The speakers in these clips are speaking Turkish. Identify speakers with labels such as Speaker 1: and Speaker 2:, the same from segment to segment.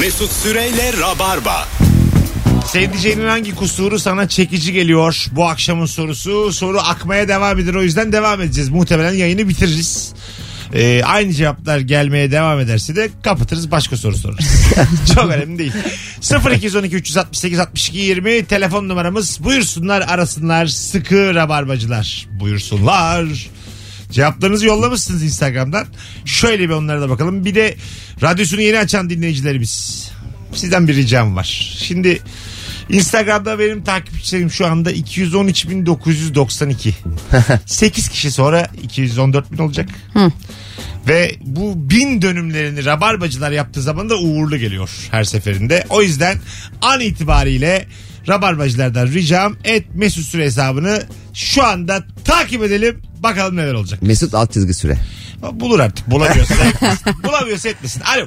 Speaker 1: Mesut Süreyle Rabarba.
Speaker 2: Sevdiceğinin hangi kusuru sana çekici geliyor? Bu akşamın sorusu. Soru akmaya devam eder. O yüzden devam edeceğiz. Muhtemelen yayını bitiririz. Ee, aynı cevaplar gelmeye devam ederse de kapatırız başka soru sorarız. Çok önemli değil. 0212 368 62 20 telefon numaramız. Buyursunlar arasınlar sıkı rabarbacılar. Buyursunlar. Cevaplarınızı yollamışsınız Instagram'dan. Şöyle bir onlara da bakalım. Bir de radyosunu yeni açan dinleyicilerimiz. Sizden bir ricam var. Şimdi Instagram'da benim takipçilerim şu anda 213.992. 8 kişi sonra 214.000 olacak. Ve bu bin dönümlerini rabarbacılar yaptığı zaman da uğurlu geliyor her seferinde. O yüzden an itibariyle rabarbacılardan ricam et mesut süre hesabını şu anda takip edelim. Bakalım neler olacak.
Speaker 3: Mesut alt çizgi süre.
Speaker 2: Bulur artık. Bulamıyorsa etmesin. Bulamıyorsa etmesin. Alo.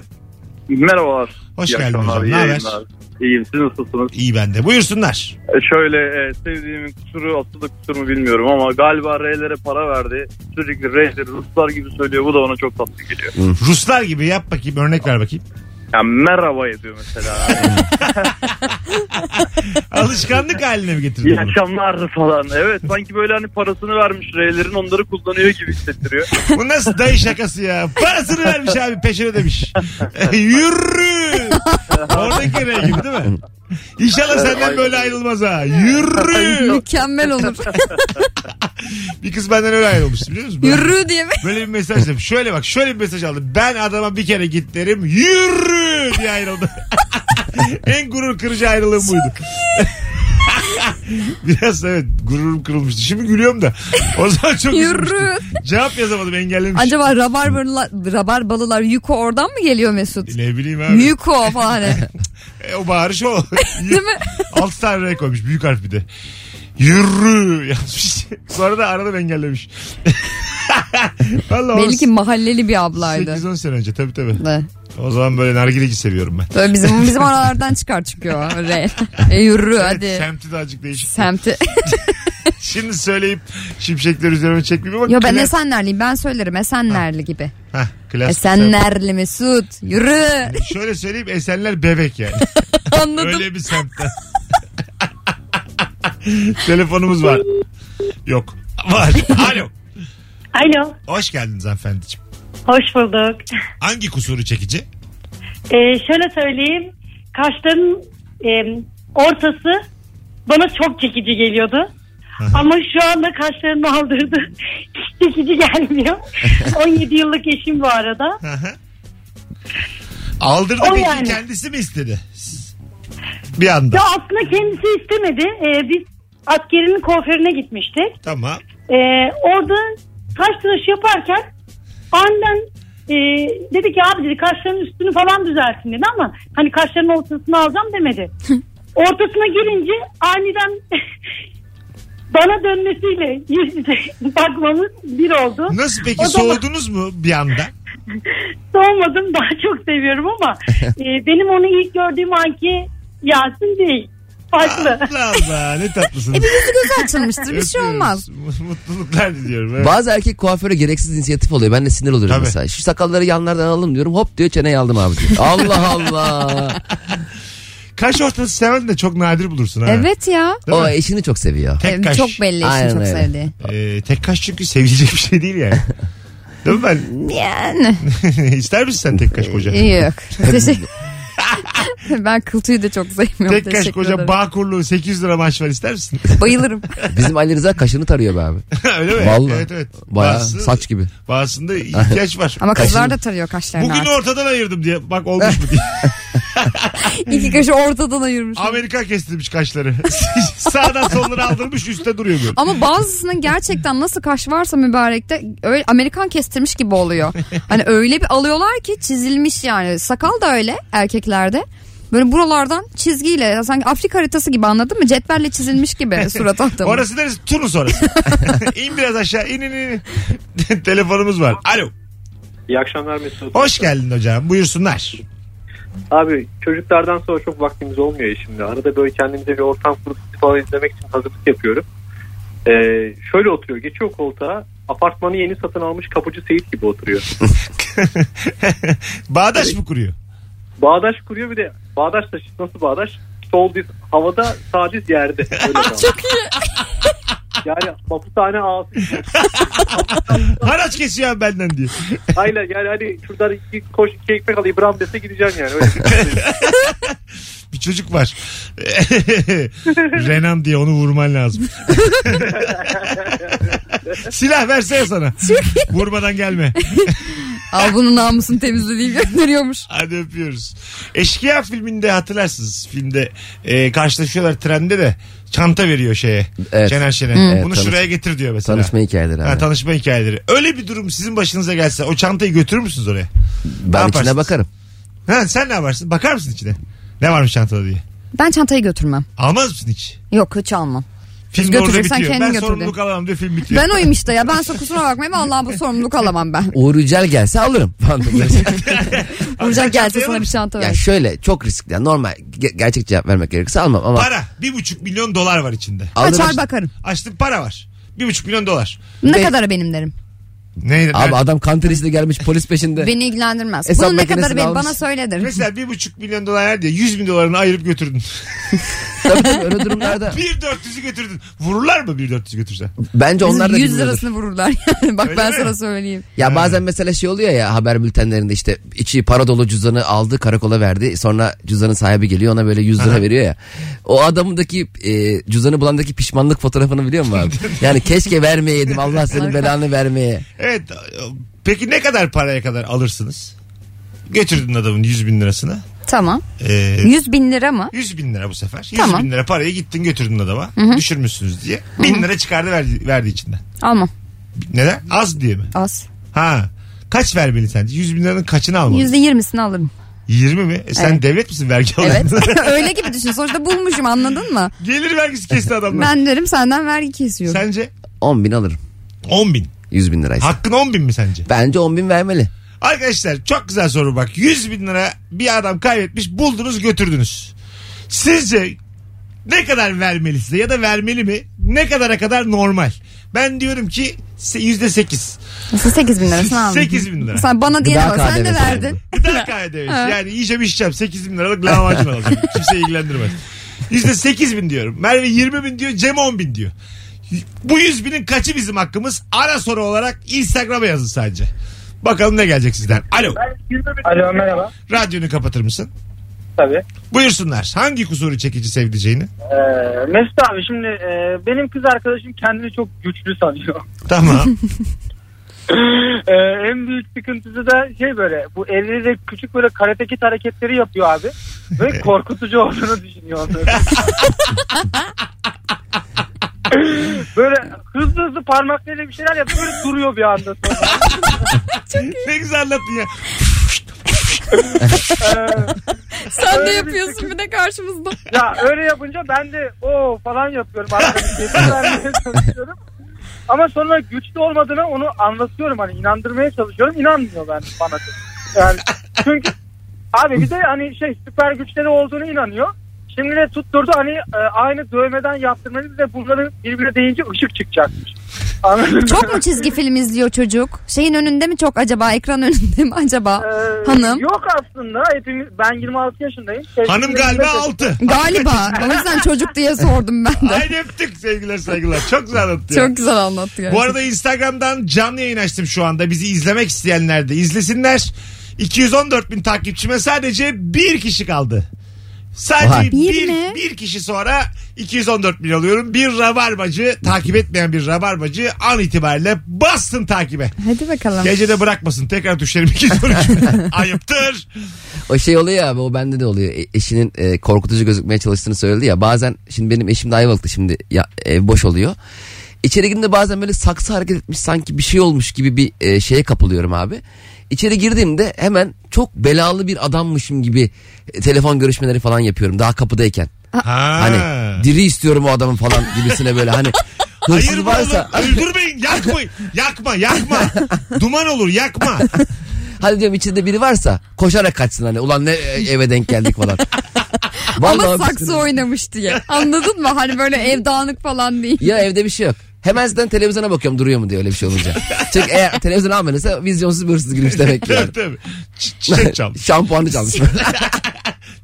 Speaker 4: Merhabalar.
Speaker 2: Hoş
Speaker 4: İyi
Speaker 2: geldin
Speaker 4: akşamlar,
Speaker 2: hocam.
Speaker 4: iyi
Speaker 2: Ne haber?
Speaker 4: yayınlar. İyiyim siz nasılsınız?
Speaker 2: İyi bende. Buyursunlar.
Speaker 4: E, şöyle e, sevdiğimin kusuru asıl da kusur mu bilmiyorum ama galiba R'lere para verdi. Sürekli R'leri Ruslar gibi söylüyor bu da ona çok tatlı geliyor.
Speaker 2: Ruslar gibi yap bakayım örnek ver bakayım.
Speaker 4: Yani merhaba ediyor mesela.
Speaker 2: Alışkanlık haline mi getirdin
Speaker 4: İyi
Speaker 2: bunu?
Speaker 4: akşamlar falan. Evet sanki böyle hani parasını vermiş R'lerin onları kullanıyor gibi hissettiriyor.
Speaker 2: Bu nasıl dayı şakası ya? Parasını vermiş abi peşin ödemiş. Yürü. Oradaki renk gibi değil mi? İnşallah senden böyle ayrılmaz ha. Yürü.
Speaker 5: Mükemmel olur.
Speaker 2: Bir kız benden öyle ayrılmış biliyor musun?
Speaker 5: Yürü diye mi?
Speaker 2: Böyle bir mesaj demiş. Şöyle bak şöyle bir mesaj aldım. Ben adama bir kere git derim yürü diye ayrıldı. en gurur kırıcı ayrılığım buydu. Biraz evet gururum kırılmıştı. Şimdi gülüyorum da. O zaman çok üzülmüştüm.
Speaker 5: Yürü.
Speaker 2: Cevap yazamadım engellemiş.
Speaker 5: Acaba rabarbalılar, rabarbalılar Yuko oradan mı geliyor Mesut?
Speaker 2: Ne bileyim abi.
Speaker 5: Yuko falan. hani.
Speaker 2: E, o bağırış o.
Speaker 5: Değil mi?
Speaker 2: Altı tane R koymuş büyük harf bir de. Yürü yazmış. Sonra da arada engellemiş. Vallahi
Speaker 5: Belli ki mahalleli bir ablaydı.
Speaker 2: 8-10 sene önce tabii tabii.
Speaker 5: De.
Speaker 2: O zaman böyle nargileci seviyorum ben.
Speaker 5: Böyle bizim bizim aralardan çıkar çünkü o. Re. E, yürü
Speaker 2: Evet,
Speaker 5: hadi.
Speaker 2: semti de azıcık değişik.
Speaker 5: Semti.
Speaker 2: Şimdi söyleyip şimşekler üzerime çekmeyeyim ama.
Speaker 5: Yo ben
Speaker 2: klas-
Speaker 5: Esenlerliyim ben söylerim Esenlerli gibi.
Speaker 2: Hah, klas-
Speaker 5: Esenlerli Mesut yürü.
Speaker 2: Semt. Şöyle söyleyeyim Esenler bebek yani.
Speaker 5: Anladım.
Speaker 2: Öyle bir semtten. Telefonumuz var. Yok. Var. Alo.
Speaker 6: Alo,
Speaker 2: Hoş geldiniz hanımefendiciğim.
Speaker 6: hoş bulduk.
Speaker 2: Hangi kusuru çekici?
Speaker 6: Ee, şöyle söyleyeyim, kaşların e, ortası bana çok çekici geliyordu. Ama şu anda kaşlarını aldırdı. Hiç çekici gelmiyor. 17 yıllık eşim bu arada.
Speaker 2: Hı hı. Aldırdı
Speaker 6: O
Speaker 2: peki
Speaker 6: yani.
Speaker 2: kendisi mi istedi? Bir anda.
Speaker 6: Ya aslında kendisi istemedi. Ee, biz askerinin kuaförüne gitmiştik.
Speaker 2: Tamam.
Speaker 6: Ee, orada kaş tıraşı yaparken aniden e, dedi ki abi dedi kaşların üstünü falan düzeltin dedi ama hani kaşların ortasını alacağım demedi. Ortasına gelince aniden bana dönmesiyle yüz yüze bakmamız bir oldu.
Speaker 2: Nasıl peki
Speaker 6: O da-
Speaker 2: soğudunuz mu bir anda?
Speaker 6: Soğumadım daha çok seviyorum ama e, benim onu ilk gördüğüm anki Yasin değil. Farklı.
Speaker 2: Allah Allah ne tatlısınız.
Speaker 5: E bir yüzü gözü açılmıştır bir şey
Speaker 2: Öpüyoruz.
Speaker 5: olmaz.
Speaker 2: Mutluluklar diliyorum. Evet.
Speaker 3: Bazı erkek kuaföre gereksiz inisiyatif oluyor. Ben de sinir oluyorum
Speaker 2: Tabii.
Speaker 3: mesela. Şu sakalları yanlardan alalım diyorum. Hop diyor çeneye aldım abi diyor. Allah Allah.
Speaker 2: Kaş ortası seven de çok nadir bulursun ha.
Speaker 5: Evet ya.
Speaker 2: Değil
Speaker 3: o
Speaker 2: mi?
Speaker 3: eşini çok seviyor.
Speaker 2: Tek
Speaker 5: E,
Speaker 2: kaş.
Speaker 5: Çok belli işin
Speaker 3: Aynen
Speaker 5: çok
Speaker 3: öyle.
Speaker 5: sevdiği.
Speaker 2: Ee, tek kaş çünkü sevilecek bir şey değil yani. Değil mi ben?
Speaker 5: Yani.
Speaker 2: İster misin sen tek kaş koca?
Speaker 5: Yok. Teşekkür Ben kıltıyı da çok sevmiyorum.
Speaker 2: Tek kaş
Speaker 5: Teşekkür
Speaker 2: koca
Speaker 5: ederim.
Speaker 2: bağ kurulu 800 lira maaş var ister misin?
Speaker 5: Bayılırım.
Speaker 3: Bizim Ali Rıza kaşını tarıyor be abi.
Speaker 2: Öyle mi?
Speaker 3: Vallahi.
Speaker 2: Evet evet.
Speaker 3: Baya
Speaker 2: Bazısı-
Speaker 3: saç gibi.
Speaker 2: Bazısında ihtiyaç var.
Speaker 5: Ama kızlar
Speaker 3: Kaşın-
Speaker 5: da tarıyor kaşlarını
Speaker 2: Bugün
Speaker 5: artık.
Speaker 2: ortadan ayırdım diye. Bak olmuş mu diye.
Speaker 5: İki kaşı ortadan ayırmış.
Speaker 2: Amerika kestirmiş kaşları. Sağdan soldan aldırmış üstte duruyor böyle.
Speaker 5: Ama bazısının gerçekten nasıl kaş varsa mübarekte öyle Amerikan kestirmiş gibi oluyor. Hani öyle bir alıyorlar ki çizilmiş yani. Sakal da öyle erkeklerde. Böyle buralardan çizgiyle sanki Afrika haritası gibi anladın mı? Cetvelle çizilmiş gibi surat ahtımı.
Speaker 2: Orası neresi? Tunus orası. in biraz aşağı. in in in. in. Telefonumuz var. Alo.
Speaker 7: İyi akşamlar Mesut.
Speaker 2: Hoş geldin hocam. Buyursunlar.
Speaker 7: Abi çocuklardan sonra çok vaktimiz olmuyor şimdi. Arada böyle kendimize bir ortam kurup dizi falan izlemek için hazırlık yapıyorum. Ee, şöyle oturuyor. Geçiyor koltuğa. Apartmanı yeni satın almış kapıcı Seyit gibi oturuyor.
Speaker 2: Bağdaş mı kuruyor?
Speaker 7: bağdaş kuruyor bir de bağdaş taşı nasıl bağdaş? Sol diz havada sağ diz yerde. Öyle bağdaş.
Speaker 8: Çok iyi.
Speaker 7: yani mapushane ağası.
Speaker 2: Haraç kesiyor benden diyor.
Speaker 7: Aynen yani hani şuradan iki koş iki ekmek al İbrahim dese gideceksin yani. Öyle bir- şey.
Speaker 2: Bir çocuk var. Renan diye onu vurman lazım. Silah versene sana. Vurmadan gelme.
Speaker 5: Al bunun namusunu temizlediği gönderiyormuş.
Speaker 2: Hadi öpüyoruz. Eşkıya filminde hatırlarsınız. Filmde e, karşılaşıyorlar trende de çanta veriyor şeye.
Speaker 3: Evet.
Speaker 2: Şener Şen'e.
Speaker 3: Evet,
Speaker 2: Bunu
Speaker 3: tanış-
Speaker 2: şuraya getir diyor mesela.
Speaker 3: Tanışma hikayeleri abi.
Speaker 2: Ha, tanışma hikayeleri. Öyle bir durum sizin başınıza gelse o çantayı götürür müsünüz oraya? ne
Speaker 3: ben
Speaker 2: yaparsınız?
Speaker 3: içine bakarım.
Speaker 2: Ha, sen ne yaparsın? Bakar mısın içine? Ne varmış çantada diye.
Speaker 5: Ben çantayı götürmem.
Speaker 2: Almaz mısın hiç?
Speaker 5: Yok hiç almam.
Speaker 2: Film de orada
Speaker 5: götürürsen
Speaker 2: bitiyor. Ben
Speaker 5: kendin götür de.
Speaker 2: sorumluluk alamam diye film bitiyor.
Speaker 5: Ben oyum işte ya. Ben so- kusura bakmayın vallahi bu sorumluluk alamam ben.
Speaker 3: Uğur Yücel gelse alırım. falan böyle.
Speaker 5: Vuracak gelse
Speaker 2: çantaya
Speaker 5: sana
Speaker 2: bak.
Speaker 5: bir çanta
Speaker 3: ya
Speaker 5: ver.
Speaker 3: şöyle çok riskli. Yani normal ge- gerçek cevap vermek gerekirse almam ama
Speaker 2: Para. Bir buçuk milyon dolar var içinde.
Speaker 3: alırım.
Speaker 5: Açar bakarım.
Speaker 2: Açtım para var. Bir buçuk milyon dolar.
Speaker 5: Ne
Speaker 3: Be-
Speaker 5: kadarı benim derim.
Speaker 2: Neydi?
Speaker 3: Abi adam kan terisiyle gelmiş polis peşinde.
Speaker 5: Beni ilgilendirmez.
Speaker 3: Hesap
Speaker 5: Bunun ne
Speaker 3: makinesini
Speaker 5: kadarı benim
Speaker 3: almış.
Speaker 5: bana söyledir.
Speaker 2: Mesela bir buçuk milyon dolar verdi ya. Yüz bin dolarını ayırıp götürdün.
Speaker 3: Tabii tabii öyle durumlarda.
Speaker 2: bir dört yüzü götürdün. Vururlar mı bir dört yüzü götürsen?
Speaker 3: Bence onlar da
Speaker 5: 100
Speaker 3: bilmiyordur.
Speaker 5: lirasını vururlar yani. Bak
Speaker 2: Öyle
Speaker 5: ben
Speaker 2: mi?
Speaker 5: sana söyleyeyim.
Speaker 3: Ya bazen mesela şey oluyor ya haber bültenlerinde işte içi para dolu cüzdanı aldı karakola verdi. Sonra cüzdanın sahibi geliyor ona böyle 100 lira veriyor ya. O adamındaki e, cüzdanı bulandaki pişmanlık fotoğrafını biliyor musun abi? yani keşke vermeyeydim Allah senin belanı vermeye.
Speaker 2: Evet. Peki ne kadar paraya kadar alırsınız? Götürdün adamın yüz bin lirasını.
Speaker 5: Tamam.
Speaker 2: Ee,
Speaker 5: 100 bin lira mı?
Speaker 2: 100 bin lira bu sefer. 100
Speaker 5: Tamam.
Speaker 2: bin lira parayı gittin götürdün adama. Düşürmüşsünüz diye. Bin lira çıkardı verdi, verdi içinden.
Speaker 5: Almam.
Speaker 2: Neden? Az diye mi?
Speaker 5: Az.
Speaker 2: Ha. Kaç vermeli sence? 100 bin liranın kaçını almalı?
Speaker 5: %20'sini alırım.
Speaker 2: 20 mi? E sen
Speaker 5: Evet.
Speaker 2: devlet misin vergi alan?
Speaker 5: Evet. Öyle gibi düşün. Sonuçta bulmuşum anladın mı?
Speaker 2: Gelir vergisi kesti adamlar.
Speaker 5: Ben derim senden vergi kesiyorum.
Speaker 2: Sence
Speaker 3: 10 bin alırım.
Speaker 2: 10 bin.
Speaker 3: 100 bin liraysa.
Speaker 2: Hakkın 10 bin mi sence?
Speaker 3: Bence 10 bin vermeli.
Speaker 2: Arkadaşlar çok güzel soru bak. 100 bin lira bir adam kaybetmiş buldunuz götürdünüz. Sizce ne kadar vermeli size ya da vermeli mi? Ne kadara kadar normal? Ben diyorum ki se- yüzde sekiz.
Speaker 5: 8 bin lirasını aldım.
Speaker 2: 8 bin lira.
Speaker 5: Sen bana diyene
Speaker 3: Gıda
Speaker 5: bak sen de
Speaker 3: KDV'si
Speaker 5: verdin.
Speaker 3: aldım.
Speaker 2: Gıda kaydederiz. Yani yiyeceğim içeceğim. 8 bin liralık lahmacun alacağım. Kimse ilgilendirmez. Yüzde 8 bin diyorum. Merve 20 bin diyor. Cem 10 bin diyor. Bu 100 binin kaçı bizim hakkımız? Ara soru olarak Instagram'a yazın sadece. Bakalım ne gelecek sizden. Alo.
Speaker 7: Alo merhaba.
Speaker 2: Radyonu kapatır mısın?
Speaker 7: Tabii.
Speaker 2: Buyursunlar. Hangi kusuru çekici sevdiceğini?
Speaker 4: Ee, Mesut abi şimdi e, benim kız arkadaşım kendini çok güçlü sanıyor.
Speaker 2: Tamam.
Speaker 4: Ee, en büyük sıkıntısı da şey böyle bu elleriyle küçük böyle karate kit hareketleri yapıyor abi. Ve korkutucu olduğunu düşünüyor onları. böyle hızlı hızlı parmaklarıyla bir şeyler yapıyor böyle duruyor bir anda sonra.
Speaker 2: ne güzel anlattın ya.
Speaker 5: Sen de yapıyorsun bir de karşımızda.
Speaker 4: Ya öyle yapınca ben de o falan yapıyorum. Arada bir tepki vermeye çalışıyorum. Ama sonra güçlü olmadığını onu anlatıyorum hani inandırmaya çalışıyorum inanmıyor ben bana. da. Yani çünkü abi bir de hani şey süper güçleri olduğunu inanıyor. Şimdi de tutturdu hani e, aynı dövmeden yaptırmanız ve bunların birbirine değince ışık çıkacakmış. Anladın mı?
Speaker 5: Çok mu çizgi film izliyor çocuk? Şeyin önünde mi çok acaba? Ekran önünde mi acaba?
Speaker 4: Ee,
Speaker 5: Hanım.
Speaker 4: Yok aslında hepimiz ben 26 yaşındayım.
Speaker 2: Hanım
Speaker 4: Sevgilimle
Speaker 2: galiba
Speaker 4: de-
Speaker 2: 6.
Speaker 5: Galiba. O yüzden çocuk diye sordum ben de.
Speaker 2: Haydi öptük sevgiler saygılar. Çok güzel anlattın ya.
Speaker 5: Çok güzel anlattı gerçekten.
Speaker 2: Bu arada Instagram'dan canlı yayın açtım şu anda. Bizi izlemek isteyenler de izlesinler. 214 bin takipçime sadece bir kişi kaldı. Sadece
Speaker 3: Vay.
Speaker 5: Bir
Speaker 2: bir,
Speaker 5: mi?
Speaker 2: bir kişi sonra 214 bin alıyorum. Bir rabarbacı takip etmeyen bir rabarbacı an itibariyle bassın takibe.
Speaker 5: Hadi bakalım.
Speaker 2: Gece de bırakmasın. Tekrar düşerim 213. Ayıptır.
Speaker 3: O şey oluyor abi o bende de oluyor. E- eşinin e, korkutucu gözükmeye çalıştığını söyledi ya. Bazen şimdi benim eşim de Ayvalık'ta şimdi ya, ev boş oluyor. İçeri girdiğimde bazen böyle saksı hareket etmiş sanki bir şey olmuş gibi bir e, şeye kapılıyorum abi. İçeri girdiğimde hemen çok belalı bir adammışım gibi e, telefon görüşmeleri falan yapıyorum daha kapıdayken.
Speaker 2: Ha.
Speaker 3: Hani diri istiyorum o adamın falan gibisine böyle hani hırsız
Speaker 2: Hayır varsa...
Speaker 3: varsa hani,
Speaker 2: öldürmeyin yakmayın. Yakma yakma. Duman olur yakma.
Speaker 3: hadi diyorum içinde biri varsa koşarak kaçsın hani ulan ne e, eve denk geldik falan. Vallahi
Speaker 5: Ama
Speaker 3: bir
Speaker 5: saksı
Speaker 3: sürü-
Speaker 5: oynamış diye. Anladın mı? Hani böyle ev dağınık falan değil.
Speaker 3: Ya evde bir şey yok. Hemen zaten televizyona bakıyorum duruyor mu diye öyle bir şey olunca. Çünkü eğer televizyon almadıysa vizyonsuz bir hırsız girmiş demek ki. yani.
Speaker 2: Tabii tabii. Çi- çiçek çalmış.
Speaker 3: Şampuanı çalmış.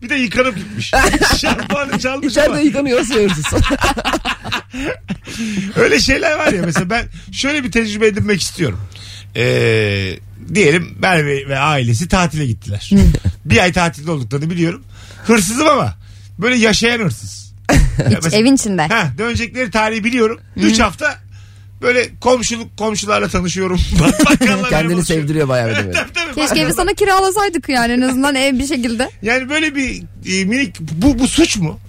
Speaker 2: Bir de yıkanıp gitmiş. Şampuanı çalmış ama
Speaker 3: İçeride yıkanıyor hırsız.
Speaker 2: öyle şeyler var ya mesela ben şöyle bir tecrübe edinmek istiyorum. Ee, diyelim Merve ve ailesi tatile gittiler. bir ay tatilde olduklarını biliyorum. Hırsızım ama böyle yaşayan hırsız. Ya mesela-
Speaker 5: Evin içinde.
Speaker 2: Ha, dönecekleri tarihi biliyorum. 3 hafta böyle komşuluk komşularla tanışıyorum. Bakkallarla
Speaker 3: Kendini
Speaker 2: buluşuyorum.
Speaker 3: sevdiriyor bayağı bir de böyle.
Speaker 2: Tabii, tabii,
Speaker 5: Keşke evi
Speaker 2: bakkallarla-
Speaker 5: sana kiralasaydık yani en azından ev bir şekilde.
Speaker 2: Yani böyle bir e, minik bu bu suç mu?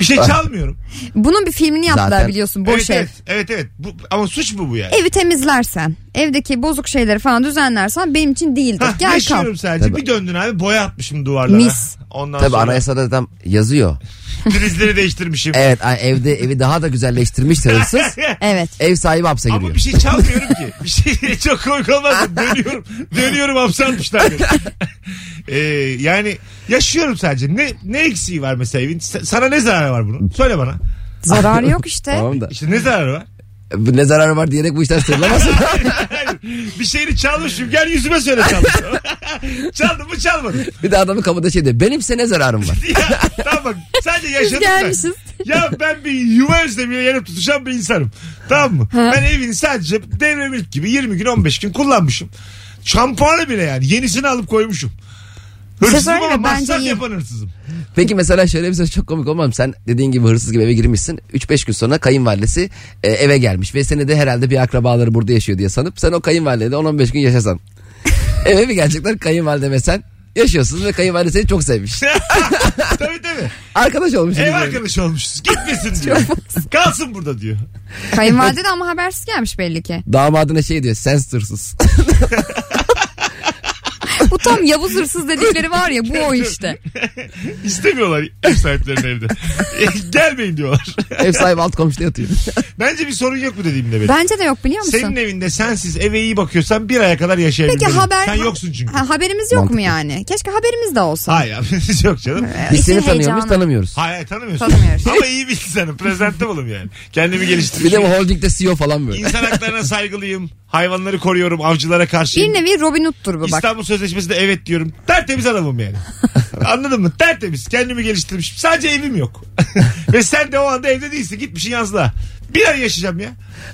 Speaker 2: Bir şey çalmıyorum.
Speaker 5: Bunun bir filmini yaptılar
Speaker 3: Zaten-
Speaker 5: biliyorsun Ah,
Speaker 2: evet,
Speaker 5: boş ev.
Speaker 2: evet evet evet. Bu, ama suç mu bu yani?
Speaker 5: Evi temizlersen, evdeki bozuk şeyleri falan düzenlersen benim için değildir.
Speaker 2: Hah,
Speaker 5: Gel kal.
Speaker 2: yaşıyorum sadece.
Speaker 3: Tabii.
Speaker 2: Bir döndün abi boya atmışım duvarlara.
Speaker 5: Mis.
Speaker 2: Ondan
Speaker 3: Tabii
Speaker 2: sonra
Speaker 3: anayasada tam yazıyor.
Speaker 2: prizleri değiştirmişim.
Speaker 3: Evet ay- evde evi daha da güzelleştirmişse hırsız
Speaker 5: Evet.
Speaker 3: ev sahibi hapse
Speaker 2: Ama
Speaker 3: giriyor.
Speaker 2: bir şey çalmıyorum ki. Bir şey çok komik olmaz. mı? Dönüyorum. Dönüyorum hapse atmışlar beni. Ee, yani yaşıyorum sadece. Ne ne eksiği var mesela evin? Sa- Sana ne zararı var bunun? Söyle bana. şey-
Speaker 5: Zararı yok işte.
Speaker 3: Tamam da
Speaker 2: İşte ne zararı var?
Speaker 3: bu ne zararı var diyerek bu işten sırlamasın.
Speaker 2: bir şeyini çalmışım. Gel yüzüme söyle çalmışım. Çaldım mı çalmadım.
Speaker 3: bir de adamın kapıda şey diyor benimse ne zararım var.
Speaker 2: ya, tamam bak, sadece
Speaker 5: Biz
Speaker 2: yaşadım ben.
Speaker 5: gelmişiz.
Speaker 2: Ya ben bir yuva özlemiyle yanıp tutuşan bir insanım. Tamam mı? Ben evini sadece devremilk gibi 20 gün 15 gün kullanmışım. Şampuanı bile yani yenisini alıp koymuşum. Hırsızım
Speaker 5: söyleyeyim
Speaker 2: ama
Speaker 5: mi? Bence
Speaker 2: masraf
Speaker 5: iyi.
Speaker 2: yapan hırsızım.
Speaker 3: Peki mesela şöyle bir söz çok komik olmaz mı? Sen dediğin gibi hırsız gibi eve girmişsin. 3-5 gün sonra kayınvalidesi e, eve gelmiş ve seni de herhalde bir akrabaları burada yaşıyor diye sanıp sen o kayınvalideyle 10-15 gün yaşasan. eve bir gelecekler kayınvalideme sen yaşıyorsun ve kayınvalide seni çok sevmiş.
Speaker 2: tabii tabii.
Speaker 3: Arkadaş olmuşsunuz.
Speaker 2: Ev
Speaker 3: yani.
Speaker 2: arkadaşı olmuşuz. Gitmesin diyor. Kalsın burada diyor.
Speaker 5: Kayınvalide de ama habersiz gelmiş belli ki.
Speaker 3: Damadına şey diyor sensiz hırsız.
Speaker 5: Bu tam Yavuz hırsız dedikleri var ya bu o işte.
Speaker 2: İstemiyorlar ev sahiplerinin evde. E, Gelmeyin diyorlar.
Speaker 3: Ev sahibi alt komşuda yatıyor.
Speaker 2: Bence bir sorun yok mu dediğimde benim.
Speaker 5: Bence de yok biliyor musun?
Speaker 2: Senin evinde sensiz eve iyi bakıyorsan bir aya kadar yaşayabilirim.
Speaker 5: Peki haber...
Speaker 2: Sen yoksun çünkü.
Speaker 5: Ha, haberimiz yok mu yani? Keşke haberimiz de olsa.
Speaker 2: Hayır abi, yok canım.
Speaker 3: Biz
Speaker 5: İşin
Speaker 3: seni tanıyor muyuz
Speaker 5: heyecanı.
Speaker 3: tanımıyoruz.
Speaker 2: Hayır hayır, tanımıyorsun.
Speaker 5: Tanımıyoruz.
Speaker 2: Ama iyi bir insanım. Presentable yani. Kendimi
Speaker 3: Bir de bu
Speaker 2: geliştirmişim.
Speaker 3: holdingde CEO falan böyle.
Speaker 2: İnsan haklarına saygılıyım. Hayvanları koruyorum. Avcılara karşıyım.
Speaker 5: Bir nevi Robin Hood'tur bu bak.
Speaker 2: İstanbul Sözleşmesi'nde evet diyorum. Tertemiz adamım yani. Anladın mı? Tertemiz. Kendimi geliştirmişim. Sadece evim yok. Ve sen de o anda evde değilsin. Gitmişsin yazlığa. Bir ay yaşayacağım ya.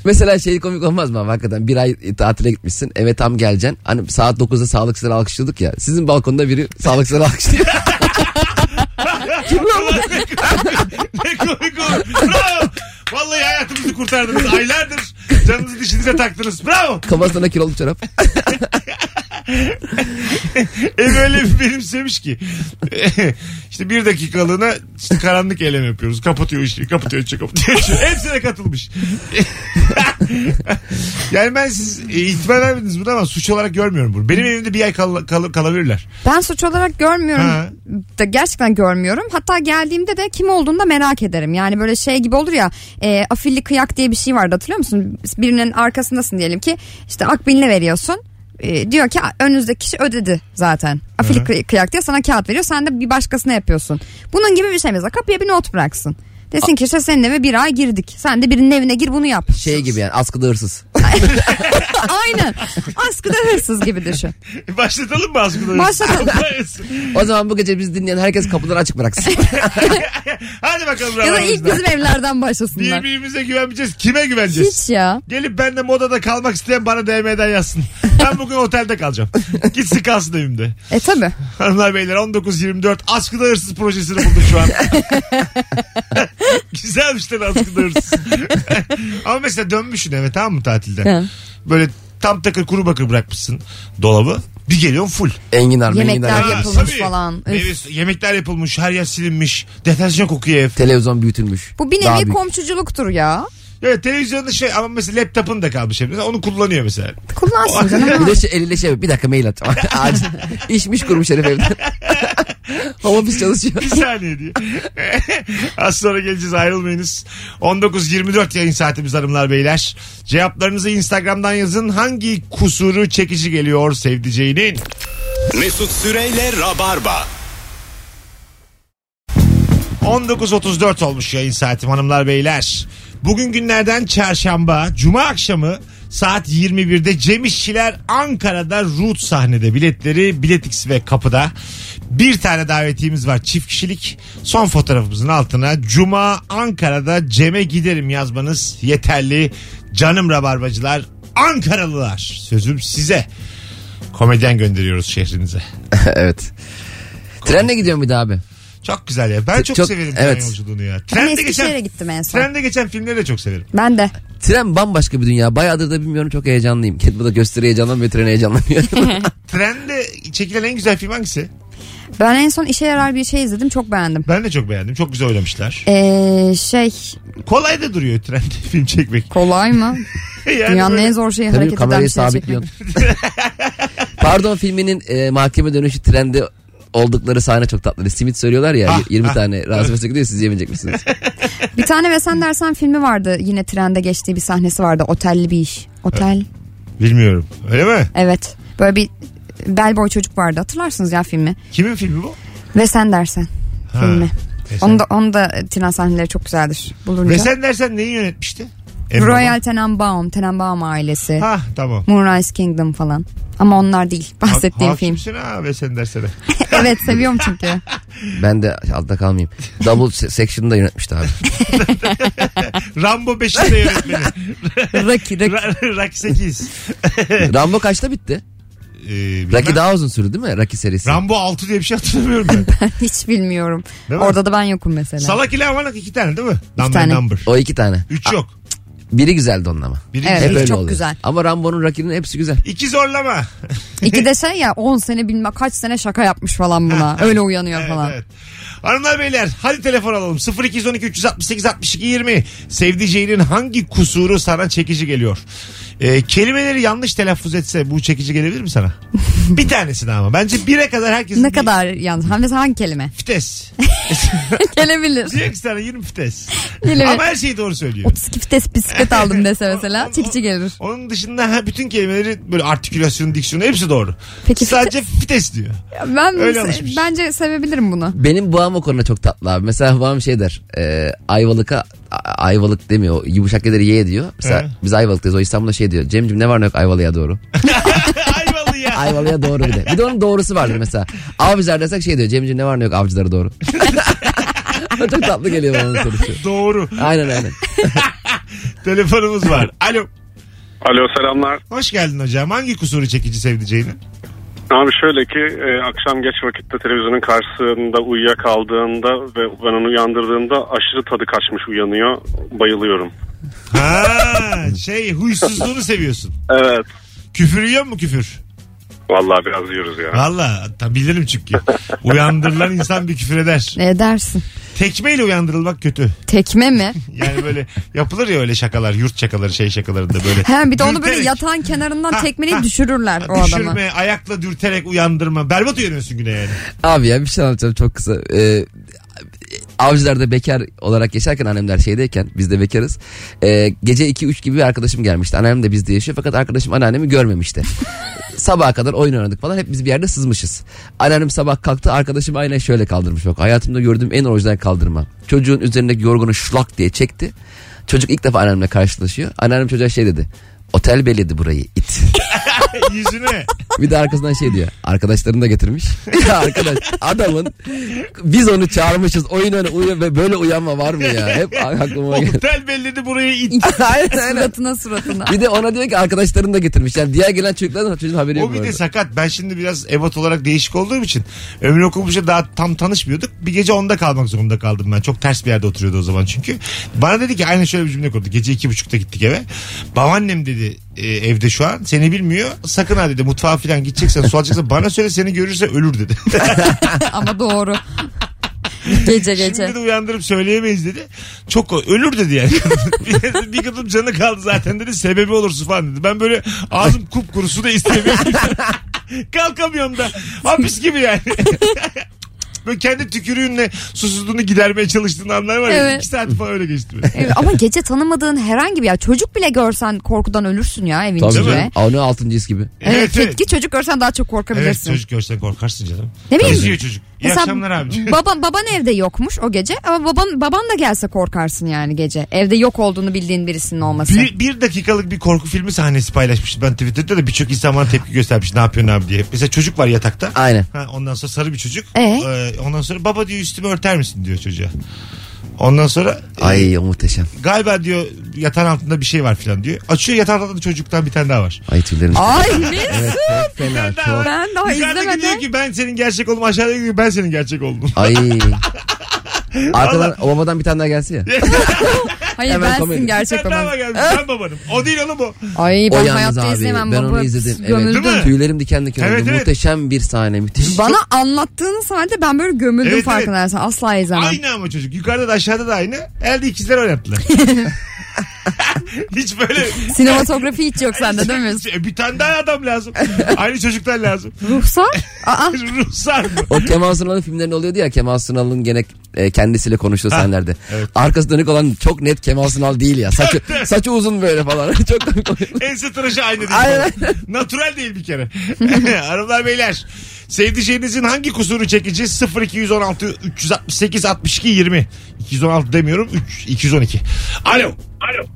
Speaker 3: Mesela şey komik olmaz mı? abi? Hakikaten bir ay tatile gitmişsin. Eve tam geleceksin. Hani saat 9'da sağlıkçıları alkışladık ya. Sizin balkonda biri sağlıkçıları alkışlıyor.
Speaker 2: Ulan ne komik. ne komik olur. Bravo. Vallahi hayatımızı kurtardınız. Aylardır canınızı dişinize taktınız. Bravo.
Speaker 3: Kafasına kilolu çorap.
Speaker 2: Ev öyle bir benimsemiş ki. işte bir dakikalığına işte karanlık eylem yapıyoruz. Kapatıyor ışığı, kapatıyor ışığı, kapatıyor ışığı. Hepsine katılmış. yani ben siz e, ihtimal vermediniz bunu ama suç olarak görmüyorum bunu. Benim evimde bir ay kal- kal- kalabilirler.
Speaker 5: Ben suç olarak görmüyorum.
Speaker 2: Ha.
Speaker 5: Da gerçekten görmüyorum. Hatta geldiğimde de kim olduğunu da merak ederim. Yani böyle şey gibi olur ya e, afilli kıyak diye bir şey vardı hatırlıyor musun? Birinin arkasındasın diyelim ki işte akbilini veriyorsun. E, diyor ki "A, önünüzdeki kişi ödedi zaten. Afilli kıy- kıyak diye sana kağıt veriyor. Sen de bir başkasına yapıyorsun. Bunun gibi bir şey mesela kapıya bir not bıraksın. Desin ki işte senin eve bir ay girdik. Sen de birinin evine gir bunu yap.
Speaker 3: Şey gibi yani askıda hırsız.
Speaker 5: Aynen. Askıda hırsız gibi düşün.
Speaker 2: Başlatalım mı aslında?
Speaker 5: Başlatalım.
Speaker 3: O zaman bu gece biz dinleyen herkes kapıları açık bıraksın.
Speaker 2: Hadi bakalım.
Speaker 5: Ya da
Speaker 2: Rabarba'mızda.
Speaker 5: ilk bizim evlerden başlasınlar.
Speaker 2: Birbirimize güvenmeyeceğiz. Kime güveneceğiz?
Speaker 5: Hiç ya.
Speaker 2: Gelip ben de modada kalmak isteyen bana DM'den yazsın. Ben bugün otelde kalacağım. Gitsin kalsın evimde.
Speaker 5: E tabi.
Speaker 2: Hanımlar beyler 19-24 Askıda Hırsız projesini buldum şu an. Güzelmiş lan Askıda Hırsız. Ama mesela dönmüşsün eve tamam mı tatilde?
Speaker 5: Hı.
Speaker 2: Böyle tam takır kuru bakır bırakmışsın dolabı. Bir geliyorsun full.
Speaker 3: Enginar,
Speaker 5: Yemekler
Speaker 3: menginar.
Speaker 5: yap- yapılmış falan. Üf.
Speaker 2: Meyve- yemekler yapılmış, her yer silinmiş, deterjan kokuyor ev.
Speaker 3: Televizyon büyütülmüş.
Speaker 5: Bu bir
Speaker 3: Daha
Speaker 5: nevi
Speaker 3: büyük.
Speaker 5: komşuculuktur ya.
Speaker 2: Evet televizyonda şey ama mesela laptopun da kalmış evde. Onu kullanıyor mesela.
Speaker 5: Kullansın canım.
Speaker 3: Bir de şey, eliyle şey bir dakika mail at. Acil. İşmiş kurmuş herif evden. Home office çalışıyor.
Speaker 2: Bir saniye diye. Az sonra geleceğiz ayrılmayınız. 19.24 yayın saatimiz hanımlar beyler. Cevaplarınızı Instagram'dan yazın. Hangi kusuru çekici geliyor sevdiceğinin?
Speaker 1: Mesut Süreyle Rabarba.
Speaker 2: 19.34 olmuş yayın saatim hanımlar beyler. Bugün günlerden çarşamba, cuma akşamı saat 21'de Cem İşçiler Ankara'da Root sahnede biletleri Biletix ve kapıda. Bir tane davetiyemiz var çift kişilik. Son fotoğrafımızın altına Cuma Ankara'da Cem'e giderim yazmanız yeterli. Canım rabarbacılar Ankaralılar sözüm size. Komedyen gönderiyoruz şehrinize.
Speaker 3: evet. Trenle gidiyorum bir daha abi.
Speaker 2: Çok güzel ya. Ben
Speaker 3: Çok-
Speaker 2: çok,
Speaker 3: çok-
Speaker 2: severim tren
Speaker 3: evet.
Speaker 2: yolculuğunu ya.
Speaker 5: Ben
Speaker 2: Trende
Speaker 5: Eskişehir'e
Speaker 2: geçen,
Speaker 5: gittim en son.
Speaker 2: trende geçen filmleri de çok severim.
Speaker 5: Ben de.
Speaker 3: Tren bambaşka bir dünya. Bayağıdır da bilmiyorum çok heyecanlıyım. Kendime de gösteri heyecanlanmıyor, trene heyecanlanmıyorum.
Speaker 2: Trende çekilen en güzel film hangisi?
Speaker 5: Ben en son işe yarar bir şey izledim. Çok beğendim.
Speaker 2: Ben de çok beğendim. Çok güzel oynamışlar.
Speaker 5: Ee, şey
Speaker 2: Kolay da duruyor trende film çekmek.
Speaker 5: kolay mı?
Speaker 2: Yani
Speaker 5: Dünyanın
Speaker 2: böyle-
Speaker 5: en zor şeyi
Speaker 3: Tabii
Speaker 5: hareket eden
Speaker 3: kamerayı
Speaker 5: bir şey çekmek.
Speaker 3: sabitliyorsun. Pardon filminin e, mahkeme dönüşü trende oldukları sahne çok tatlı. Hani Simit söylüyorlar ya
Speaker 2: Ah,
Speaker 3: 20
Speaker 2: ah.
Speaker 3: tane razı gidiyor siz yemeyecek misiniz?
Speaker 5: Bir tane ve sen dersen filmi vardı. Yine trende geçtiği bir sahnesi vardı. Otelli bir iş. Otel.
Speaker 2: Bilmiyorum. Öyle mi?
Speaker 5: Evet. Böyle bir bel boy çocuk vardı. Hatırlarsınız ya filmi.
Speaker 2: Kimin filmi bu?
Speaker 5: Ve sen dersen
Speaker 2: Ha.
Speaker 5: filmi.
Speaker 2: Ve sen-
Speaker 5: Onu da, onu da tren sahneleri çok güzeldir. Bulunca.
Speaker 2: Ve sen dersen neyi yönetmişti? Emre
Speaker 5: Royal Tenenbaum, Tenenbaum ailesi.
Speaker 2: Baba. Ha tamam.
Speaker 5: Moonrise Kingdom falan. Ama onlar değil. Bahsettiğim
Speaker 2: Ha-
Speaker 5: film.
Speaker 2: hakimsin ha ve sen dersene.
Speaker 5: evet seviyorum çünkü.
Speaker 3: ben de altta kalmayayım. Double se- Section'ı da yönetmişti abi.
Speaker 2: Rambo 5'i de yönetmeni.
Speaker 5: Rocky, Rocky.
Speaker 2: Ra- Rocky 8.
Speaker 3: Rambo kaçta bitti?
Speaker 2: Ee,
Speaker 3: Rocky
Speaker 2: bilmem.
Speaker 3: daha uzun sürdü değil mi? Rocky serisi.
Speaker 2: Rambo 6 diye bir şey hatırlamıyorum ben.
Speaker 5: Hiç bilmiyorum.
Speaker 2: Değil mi?
Speaker 5: Orada da ben yokum mesela.
Speaker 2: Salak ile Havanak 2 tane değil mi? Number
Speaker 5: tane.
Speaker 2: number.
Speaker 3: o iki tane.
Speaker 2: 3 yok.
Speaker 3: Biri güzeldi onun ama.
Speaker 2: Biri
Speaker 5: Evet,
Speaker 2: güzel.
Speaker 5: üç
Speaker 3: öyle
Speaker 5: çok güzel.
Speaker 3: Ama Rambo'nun Rocky'nin hepsi güzel.
Speaker 2: İki zorlama.
Speaker 5: İki de şey ya 10 sene bilmem kaç sene şaka yapmış falan buna. Öyle uyanıyor
Speaker 2: Evet,
Speaker 5: falan.
Speaker 2: evet. Hanımlar beyler hadi telefon alalım 0212 368 62 20 sevdiceğinin hangi kusuru sana çekici geliyor Ee, kelimeleri yanlış telaffuz etse bu çekici gelebilir mi sana bir tanesini ama bence bire kadar herkesin
Speaker 5: Ne
Speaker 2: bir
Speaker 5: kadar yalnız. Ha, Mesela hangi kelime?
Speaker 2: fites
Speaker 5: Gelebilir.
Speaker 2: diyor ki sana 20 fites
Speaker 5: Gelebilir.
Speaker 2: ama her şeyi doğru söylüyor
Speaker 5: Skiftes bisiklet aldım dese mesela
Speaker 2: O- o-
Speaker 5: çiftçi gelir.
Speaker 2: onun dışında ha, bütün kelimeleri böyle artikülasyon diksiyonu hepsi doğru
Speaker 5: Peki
Speaker 2: sadece fites diyor
Speaker 5: Ben
Speaker 2: Öyle
Speaker 5: se-
Speaker 2: alışmış.
Speaker 5: bence sevebilirim bunu.
Speaker 3: Benim babam o konuda çok tatlı abi. Mesela babam şey der. E, ayvalık'a a- ayvalık demiyor. o Yumuşak yerleri ye diyor. Mesela
Speaker 2: Evet.
Speaker 3: biz Ayvalık'tayız. O İstanbul'da şey diyor. Cem'cim ne var ne yok Ayvalık'a doğru.
Speaker 2: Ayvalı ya
Speaker 3: Ayvalık'a doğru bir de. Bir de onun doğrusu vardır mesela. Avcılar desek şey diyor. Cem'cim ne var ne yok avcılara doğru. O çok tatlı geliyor bana onun sorusu.
Speaker 2: doğru
Speaker 3: Aynen aynen.
Speaker 2: telefonumuz var alo
Speaker 8: Alo selamlar.
Speaker 2: Hoş geldin hocam. Hangi kusuru çekici sevdiceğini?
Speaker 8: Abi şöyle ki e, akşam geç vakitte televizyonun karşısında uyuyakaldığında ve ben onu uyandırdığımda aşırı tadı kaçmış uyanıyor. Bayılıyorum.
Speaker 2: Ha, şey huysuzluğunu seviyorsun.
Speaker 8: Evet.
Speaker 2: Küfür yiyor mu küfür?
Speaker 8: Vallahi biraz yiyoruz ya.
Speaker 2: Valla tabi bilirim çünkü. Uyandırılan insan bir küfür eder.
Speaker 5: Ne E, dersin?
Speaker 2: Tekmeyle uyandırılmak kötü.
Speaker 5: Tekme mi?
Speaker 2: Yani böyle yapılır ya öyle şakalar. Yurt şakaları şey şakalarında böyle.
Speaker 5: He bir de onu böyle
Speaker 2: Dürterek,
Speaker 5: yatağın kenarından
Speaker 2: Ha, ha.
Speaker 5: tekmeleyip düşürürler o
Speaker 2: Düşürme,
Speaker 5: adamı.
Speaker 2: ayakla dürterek uyandırma. Berbat uyanıyorsun güne yani.
Speaker 3: Abi ya bir şey anlatacağım çok kısa. Ee, avcılarda bekar olarak yaşarken annemler şeydeyken biz de bekarız. Ee, gece 2-3 gibi bir arkadaşım gelmişti. Annem de bizde yaşıyor fakat arkadaşım anneannemi görmemişti. Sabaha kadar oyun oynadık falan hep biz bir yerde sızmışız. Anneannem sabah kalktı arkadaşım aynen şöyle kaldırmış. Bak hayatımda gördüğüm en orijinal kaldırma. Çocuğun üzerindeki yorgunu şlak diye çekti. Çocuk ilk defa anneannemle karşılaşıyor. Anneannem çocuğa şey dedi. Otel belirdi burayı it.
Speaker 2: E, Yüzüne.
Speaker 3: Bir de arkasından şey diyor. Arkadaşlarını da getirmiş. Ya arkadaş adamın biz onu çağırmışız oyun oyna uyuyor ve böyle uyanma var mı ya? Hep aklıma geldi.
Speaker 2: Otel belledi burayı it.
Speaker 3: Aynen, aynen.
Speaker 5: suratına suratına.
Speaker 3: Bir de ona diyor ki arkadaşlarını da getirmiş. Yani diğer gelen çocukların da çocuğun haberi yok.
Speaker 2: O bir de
Speaker 3: orada.
Speaker 2: sakat. Ben şimdi biraz ebat olarak değişik olduğum için ömür okumuşa daha tam tanışmıyorduk. Bir gece onda kalmak zorunda kaldım ben. Çok ters bir yerde oturuyordu o zaman çünkü. Bana dedi ki aynı şöyle bir cümle kurdu. Gece iki buçukta gittik eve. Babaannem dedi "e, evde şu an seni bilmiyor. Sakın ha dedi mutfağa falan gideceksen su alacaksan bana söyle seni görürse ölür dedi.
Speaker 5: Ama doğru. gece
Speaker 2: Şimdi
Speaker 5: gece.
Speaker 2: de uyandırıp söyleyemeyiz dedi. Çok ko- ölür dedi yani. bir, bir kadın canı kaldı zaten dedi. Sebebi olursun falan dedi. Ben böyle ağzım kupkuru su da istemiyorum. Kalkamıyorum da. Hapis gibi yani. böyle kendi tükürüğünle susuzluğunu gidermeye çalıştığın anlar var ya.
Speaker 5: Evet.
Speaker 2: İki saat falan öyle geçti.
Speaker 5: Evet, Ama gece tanımadığın herhangi bir yer. Çocuk bile görsen korkudan ölürsün ya evin
Speaker 3: Tabii
Speaker 5: içinde.
Speaker 3: canım. Avni altıncı his gibi.
Speaker 5: Evet, evet. çocuk görsen daha çok korkabilirsin.
Speaker 2: Evet, çocuk görsen korkarsın canım.
Speaker 5: Ne
Speaker 2: Ne
Speaker 5: bileyim
Speaker 2: izliyor çocuk? İyi akşamlar abicim.
Speaker 5: Baba, baban evde yokmuş o gece ama baban, baban da gelse korkarsın yani gece. Evde yok olduğunu bildiğin birisinin olması.
Speaker 2: Bir, bir dakikalık bir korku filmi sahnesi paylaşmıştım ben Twitter'da da birçok insan bana tepki göstermiş ne yapıyorsun abi diye. Mesela çocuk var yatakta.
Speaker 3: Aynen.
Speaker 2: Ha, ondan sonra sarı bir çocuk.
Speaker 5: Ee?
Speaker 2: Ee, ondan sonra baba diyor üstümü örter misin diyor çocuğa. Ondan sonra e,
Speaker 3: Ay o muhteşem.
Speaker 2: galiba diyor yatağın altında bir şey var filan diyor. Açıyor yatağın altında çocuktan bir tane daha var.
Speaker 3: Ay tüylerim.
Speaker 5: Ay mis.
Speaker 3: Evet çok fena çok.
Speaker 5: Ben daha
Speaker 2: Yukarıdaki diyor
Speaker 5: izlemedim.
Speaker 2: ki ben senin gerçek oldum aşağıdaki diyor ben senin gerçek oldum.
Speaker 3: Ay. Arkadan o babadan bir tane daha gelse ya.
Speaker 5: Hayır
Speaker 3: Hemen
Speaker 5: bensin
Speaker 3: komedi.
Speaker 2: Sen
Speaker 5: gerçek olan.
Speaker 2: daha gelmiş ben babanım. O değil oğlum o.
Speaker 5: Ay
Speaker 3: O
Speaker 5: ben
Speaker 3: yalnız
Speaker 5: hayatta
Speaker 3: abi
Speaker 5: izleyemem.
Speaker 3: ben
Speaker 5: Baba
Speaker 3: onu izledim.
Speaker 5: gömüldüm.
Speaker 3: Evet.
Speaker 2: Değil mi?
Speaker 3: Tüylerim diken diken
Speaker 2: Evet,
Speaker 3: oldu.
Speaker 2: evet.
Speaker 3: Muhteşem bir sahne müthiş.
Speaker 5: Bana anlattığın sahnede ben böyle gömüldüm
Speaker 2: Evet,
Speaker 5: farkındaysan. Asla izlemem.
Speaker 2: Aynı ama çocuk. Yukarıda da aşağıda da aynı. Herhalde ikizler oynattılar. Hiç böyle
Speaker 5: Sinematografi hiç yok sende değil mi?
Speaker 2: bir tane daha adam lazım. aynı çocuklar lazım.
Speaker 5: Ruhsar? Aa,
Speaker 2: Ruhsar mı?
Speaker 3: O Kemal Sunal'ın filmlerinde oluyordu ya Kemal Sunal'ın gene e, kendisiyle konuştuğu sahnelerde.
Speaker 2: evet.
Speaker 3: Arkası dönük olan çok net Kemal Sunal değil ya. Saçı, saçı uzun böyle falan. çok komik oluyordu.
Speaker 2: Ense tıraşı aynı değil.
Speaker 3: Aynen.
Speaker 2: Natural değil bir kere. Hanımlar beyler. Sevdiceğinizin hangi kusuru çekici? 0216 368 62 20. 216 demiyorum. 3, 212. Alo. Alo.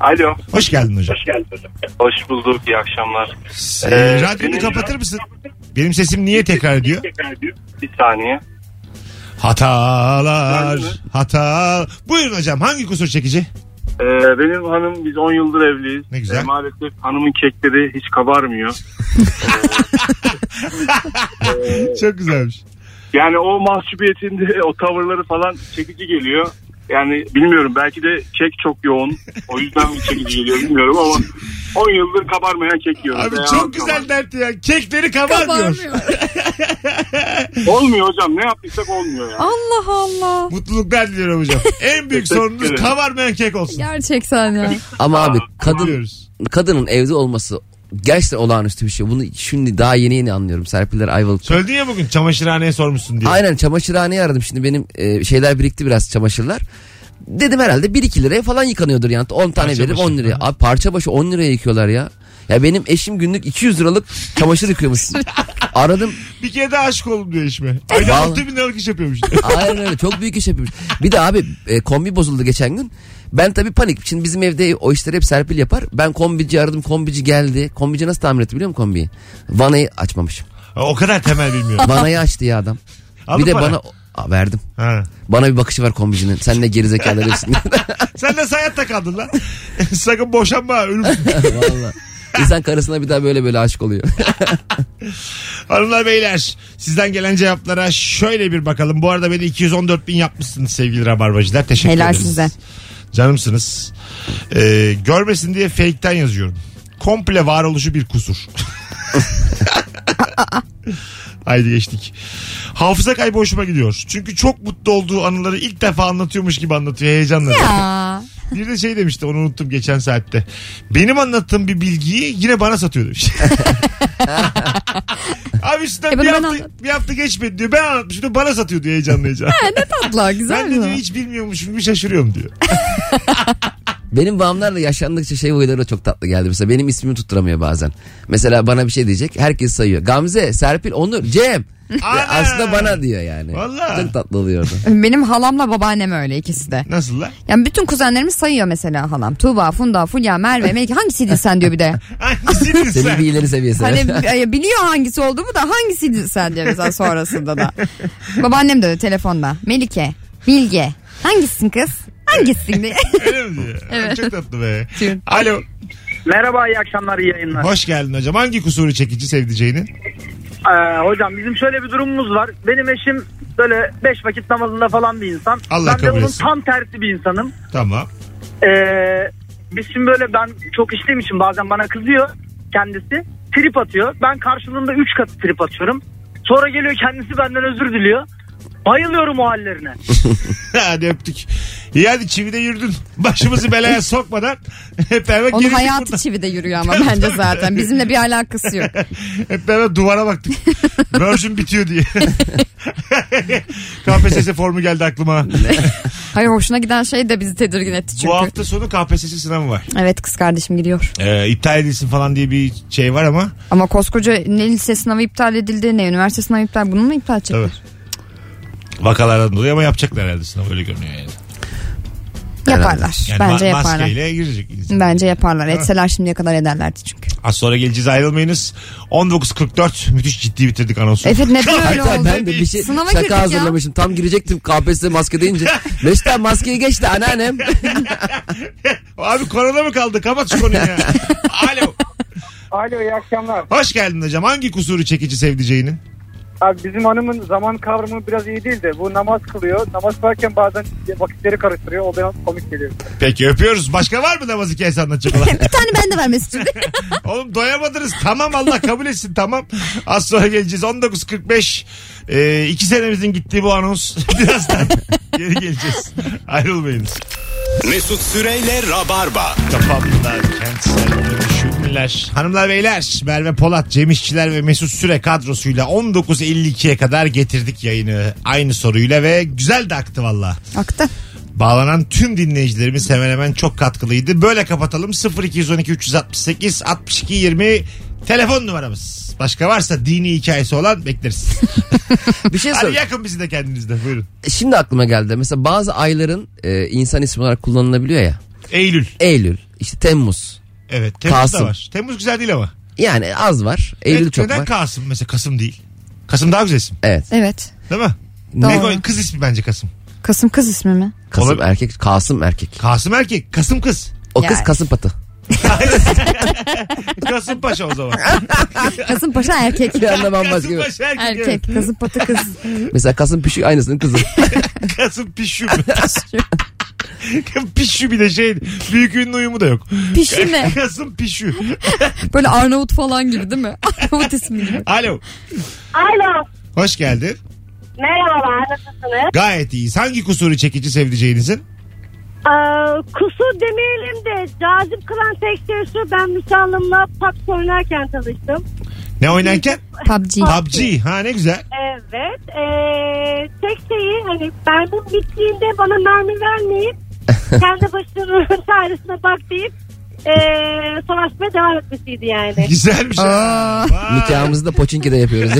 Speaker 9: Alo.
Speaker 2: Hoş geldin hocam.
Speaker 9: geldin hocam. Hoş bulduk. iyi akşamlar.
Speaker 2: Ee,
Speaker 9: Ee,
Speaker 2: radyonu
Speaker 9: benim-
Speaker 2: kapatır mısın? Benim sesim niye tekrar ediyor?
Speaker 9: Bir saniye.
Speaker 2: Hatalar.
Speaker 9: Ben mi?
Speaker 2: Hata. Buyurun hocam hangi kusur çekici?
Speaker 9: Ee, benim hanım biz 10 yıldır evliyiz.
Speaker 2: Ne güzel.
Speaker 9: Ee, maalesef hanımın kekleri hiç kabarmıyor.
Speaker 2: Çok güzelmiş.
Speaker 9: Yani o mahcubiyetinde o tavırları falan çekici geliyor. Yani bilmiyorum belki de kek çok yoğun. O yüzden mi çekici geliyor bilmiyorum ama 10 yıldır kabarmayan kek yiyoruz.
Speaker 2: Abi
Speaker 9: Veya
Speaker 2: çok güzel
Speaker 9: kabar-
Speaker 2: dert ya. Kekleri kabarmıyor.
Speaker 5: kabarmıyor.
Speaker 9: Olmuyor hocam ne yaptıysak olmuyor yani.
Speaker 5: Allah Allah.
Speaker 2: Mutluluklar diliyorum hocam. En büyük
Speaker 9: Teşekkür
Speaker 2: sorununuz
Speaker 9: ederim.
Speaker 2: kabarmayan kek olsun.
Speaker 5: Gerçekten ya.
Speaker 3: Ama abi kadın
Speaker 2: Diyoruz.
Speaker 3: kadının evde olması gerçekten olağanüstü bir şey. Bunu şimdi daha yeni yeni anlıyorum. Serpiller Ayvalık.
Speaker 2: Söyledin ya bugün çamaşırhaneye sormuşsun diye.
Speaker 3: Aynen çamaşırhaneyi aradım. Şimdi benim e, şeyler birikti biraz çamaşırlar. Dedim herhalde 1-2 liraya falan yıkanıyordur yani. 10 tane
Speaker 2: Parça
Speaker 3: verip
Speaker 2: başı.
Speaker 3: 10 liraya. Abi parça başı 10 liraya yıkıyorlar ya. Ya benim eşim günlük 200 liralık çamaşır yıkıyormuş. Aradım.
Speaker 2: Bir kere daha aşık oldum diyor eşime. Ayda
Speaker 3: Vallahi.
Speaker 2: 6 bin liralık iş yapıyormuş.
Speaker 3: Aynen öyle çok büyük iş yapıyormuş. Bir de abi e, kombi bozuldu geçen gün. Ben tabii panik. Şimdi bizim evde o işleri hep Serpil yapar. Ben kombici aradım. Kombici geldi. Kombici nasıl tamir etti biliyor musun kombiyi? Vanayı açmamışım.
Speaker 2: o kadar temel bilmiyorum.
Speaker 3: Vanayı açtı ya adam.
Speaker 2: Aldın
Speaker 3: bir de
Speaker 2: para.
Speaker 3: bana Aa, verdim.
Speaker 2: Ha.
Speaker 3: Bana bir bakışı var kombicinin. Sen ne gerizekalı herifsin.
Speaker 2: Sen nasıl hayatta kaldın lan? Sakın boşanma ölüm.
Speaker 3: Valla. İnsan karısına bir daha böyle böyle aşık oluyor.
Speaker 2: Hanımlar beyler sizden gelen cevaplara şöyle bir bakalım. Bu arada beni 214 bin yapmışsınız sevgili rabarbacılar. Teşekkür
Speaker 5: Helal
Speaker 2: ederiz.
Speaker 5: size.
Speaker 2: Canımsınız. Ee, görmesin diye fake'ten yazıyorum. Komple varoluşu bir kusur. Haydi geçtik. Hafıza kaybı hoşuma gidiyor. Çünkü çok mutlu olduğu anıları ilk defa anlatıyormuş gibi anlatıyor heyecanla.
Speaker 5: Aa,
Speaker 2: Bir de şey demişti onu unuttum geçen saatte. Benim anlattığım bir bilgiyi yine bana satıyor demiş. Abi üstünden
Speaker 5: E
Speaker 2: bir
Speaker 5: bunu ben
Speaker 2: hafta,
Speaker 5: anlat-
Speaker 2: bir hafta geçmedi diyor. Ben anlatmışım diyor. Bana satıyor diyor heyecanlı heyecanlı.
Speaker 5: tatlı güzel
Speaker 2: ben de
Speaker 5: mi?
Speaker 2: diyor hiç bilmiyormuşum gibi şaşırıyorum diyor.
Speaker 3: Benim bağımlarla yaşandıkça şey huyları da çok tatlı geldi. Mesela benim ismimi tutturamıyor bazen. Mesela bana bir şey diyecek. Herkes sayıyor. Gamze, Serpil, Onur, Cem. Ve
Speaker 2: Ana!
Speaker 3: aslında bana diyor yani.
Speaker 2: Valla.
Speaker 3: Çok tatlı oluyordu.
Speaker 5: Benim halamla babaannem öyle ikisi de.
Speaker 2: Nasıl lan?
Speaker 5: Yani bütün kuzenlerimi sayıyor mesela halam. Tuğba, Funda, Fulya, Merve, Melike hangisiydin sen diyor bir de.
Speaker 2: Hangisiydin
Speaker 3: Senin bir
Speaker 2: sen?
Speaker 3: ileri seviyesi.
Speaker 5: Hani e, biliyor hangisi olduğumu da hangisiydin sen diyor mesela sonrasında da. Babaannem de öyle telefonda. Melike, Bilge. Hangisisin kız? Hangisin diye.
Speaker 2: Öyle mi diyor? Çok tatlı be.
Speaker 5: Tüm.
Speaker 2: Alo.
Speaker 4: Merhaba iyi akşamlar iyi yayınlar.
Speaker 2: Hoş geldin hocam. Hangi kusuru çekici sevdiceğinin?
Speaker 4: Ee, hocam bizim şöyle bir durumumuz var. Benim eşim böyle beş vakit namazında falan bir insan.
Speaker 2: Allah
Speaker 4: ben de
Speaker 2: kabul
Speaker 4: onun
Speaker 2: etsin.
Speaker 4: tam tersi bir insanım.
Speaker 2: Tamam.
Speaker 4: Ee, biz şimdi böyle ben çok işliyim için bazen bana kızıyor kendisi. Trip atıyor. Ben karşılığında üç katı trip atıyorum. Sonra geliyor kendisi benden özür diliyor. Bayılıyorum o hallerine.
Speaker 2: hadi öptük. İyi hadi çivide yürüdün. Başımızı belaya sokmadan. Hep beraber
Speaker 5: Onun
Speaker 2: girdik
Speaker 5: hayatı
Speaker 2: buradan.
Speaker 5: çivide yürüyor ama bence zaten. Bizimle bir alakası yok.
Speaker 2: Hep beraber duvara baktık. Virgin bitiyor diye. KPSS formu geldi aklıma.
Speaker 5: Hayır hoşuna giden şey de bizi tedirgin etti çünkü.
Speaker 2: Bu hafta sonu KPSS sınavı var.
Speaker 5: Evet kız kardeşim gidiyor.
Speaker 2: Ee, iptal edilsin falan diye bir şey var ama.
Speaker 5: Ama koskoca ne lise sınavı iptal edildi ne üniversite sınavı iptal. Bunu mu iptal edecekler?
Speaker 2: Evet. Vakalardan dolayı ama yapacaklar herhalde sınav öyle görünüyor yani.
Speaker 5: Yaparlar.
Speaker 2: Yani
Speaker 5: Bence
Speaker 2: ma-
Speaker 5: yaparlar.
Speaker 2: maskeyle girecek insan.
Speaker 5: Bence yaparlar. Etseler şimdiye kadar ederlerdi çünkü.
Speaker 2: Az sonra geleceğiz ayrılmayınız. 19.44 müthiş ciddi bitirdik anonsu.
Speaker 5: Evet neden öyle
Speaker 3: Hatta
Speaker 5: oldu?
Speaker 3: ben de bir şey
Speaker 5: Sınava girdik
Speaker 3: şaka
Speaker 5: ya.
Speaker 3: hazırlamışım. Tam girecektim KPSS maske deyince. Beşten maskeyi geçti anneannem.
Speaker 2: Abi korona mı kaldı? Kapat şu konuyu ya. Alo.
Speaker 4: Alo iyi akşamlar.
Speaker 2: Hoş geldin hocam. Hangi kusuru çekici sevdiceğinin?
Speaker 4: Abi bizim hanımın zaman kavramı biraz iyi değil de bu namaz kılıyor. Namaz kılarken bazen vakitleri karıştırıyor. O biraz komik geliyor.
Speaker 2: Peki öpüyoruz. Başka var mı namaz hikayesi anlatacak olan?
Speaker 5: bir tane ben de vermesi için.
Speaker 2: Oğlum doyamadınız. Tamam Allah kabul etsin tamam. Az sonra geleceğiz. 19.45. Ee, iki senemizin gittiği bu anons. Birazdan geri geleceğiz. Ayrılmayınız.
Speaker 1: Mesut Süreyle Rabarba.
Speaker 2: Kafamda kentsel dönüşümler. Hanımlar beyler Merve Polat, Cem İşçiler ve Mesut Süre kadrosuyla 19.52'ye kadar getirdik yayını. Aynı soruyla ve güzel de aktı valla.
Speaker 5: Aktı.
Speaker 2: Bağlanan tüm dinleyicilerimiz hemen hemen çok katkılıydı. Böyle kapatalım 0212 368 62 20 telefon numaramız. Başka varsa dini hikayesi olan bekleriz.
Speaker 3: bir şey sor.
Speaker 2: Hadi yakın bizi de kendinizde buyurun.
Speaker 3: Şimdi aklıma geldi. Mesela bazı ayların e, insan ismi olarak kullanılabiliyor ya.
Speaker 2: Eylül.
Speaker 3: Eylül, işte Temmuz.
Speaker 2: Evet Temmuz da
Speaker 3: Kasım.
Speaker 2: var. Temmuz güzel değil ama.
Speaker 3: Yani az var. Eylül
Speaker 2: Evet,
Speaker 3: çok
Speaker 2: neden
Speaker 3: var.
Speaker 2: Kasım mesela Kasım değil. Kasım daha güzel isim
Speaker 3: Evet.
Speaker 5: Evet.
Speaker 2: değil mi?
Speaker 5: Doğru.
Speaker 2: Ne koy- Kız ismi bence Kasım.
Speaker 5: Kasım kız ismi mi?
Speaker 3: Kasım
Speaker 2: Olabilir.
Speaker 3: erkek, Kasım erkek.
Speaker 2: Kasım erkek, Kasım kız.
Speaker 3: O kız
Speaker 5: Yani.
Speaker 3: Kasım patı.
Speaker 2: Kasım Paşa o zaman.
Speaker 5: Kasım Paşa erkek.
Speaker 3: Bir anda bambaşka
Speaker 2: Kasım
Speaker 3: gibi.
Speaker 2: Paşa erkek.
Speaker 5: erkek. Kasım Patı kız.
Speaker 3: Mesela Kasım Püşük aynısının kızı.
Speaker 2: evet. Kasım Pişu. Pişu bir de şey büyük ünlü uyumu da yok.
Speaker 5: Pişi mi?
Speaker 2: Kasım Pişu.
Speaker 5: Böyle Arnavut falan gibi değil mi? Arnavut ismi gibi.
Speaker 2: Alo.
Speaker 6: Alo.
Speaker 2: Hoş geldin.
Speaker 6: Merhabalar nasılsınız?
Speaker 2: Gayet iyiyiz. Hangi kusuru çekici sevdiceğinizin?
Speaker 6: Ee, kusur demeyelim de cazip kılan tek şey şu ben Müsallam'la PUBG oynarken tanıştım.
Speaker 2: Ne oynarken?
Speaker 5: PUBG.
Speaker 2: PUBG. Ha ne güzel.
Speaker 6: Evet. ee, tek şeyi hani mermim bittiğinde bana mermi vermeyip kendi başının çaresine bak deyip ee, savaşmaya devam etmesiydi yani.
Speaker 2: Güzelmiş. ha. şey. Vay,
Speaker 3: Nikahımızı da Poçinki'de yapıyoruz.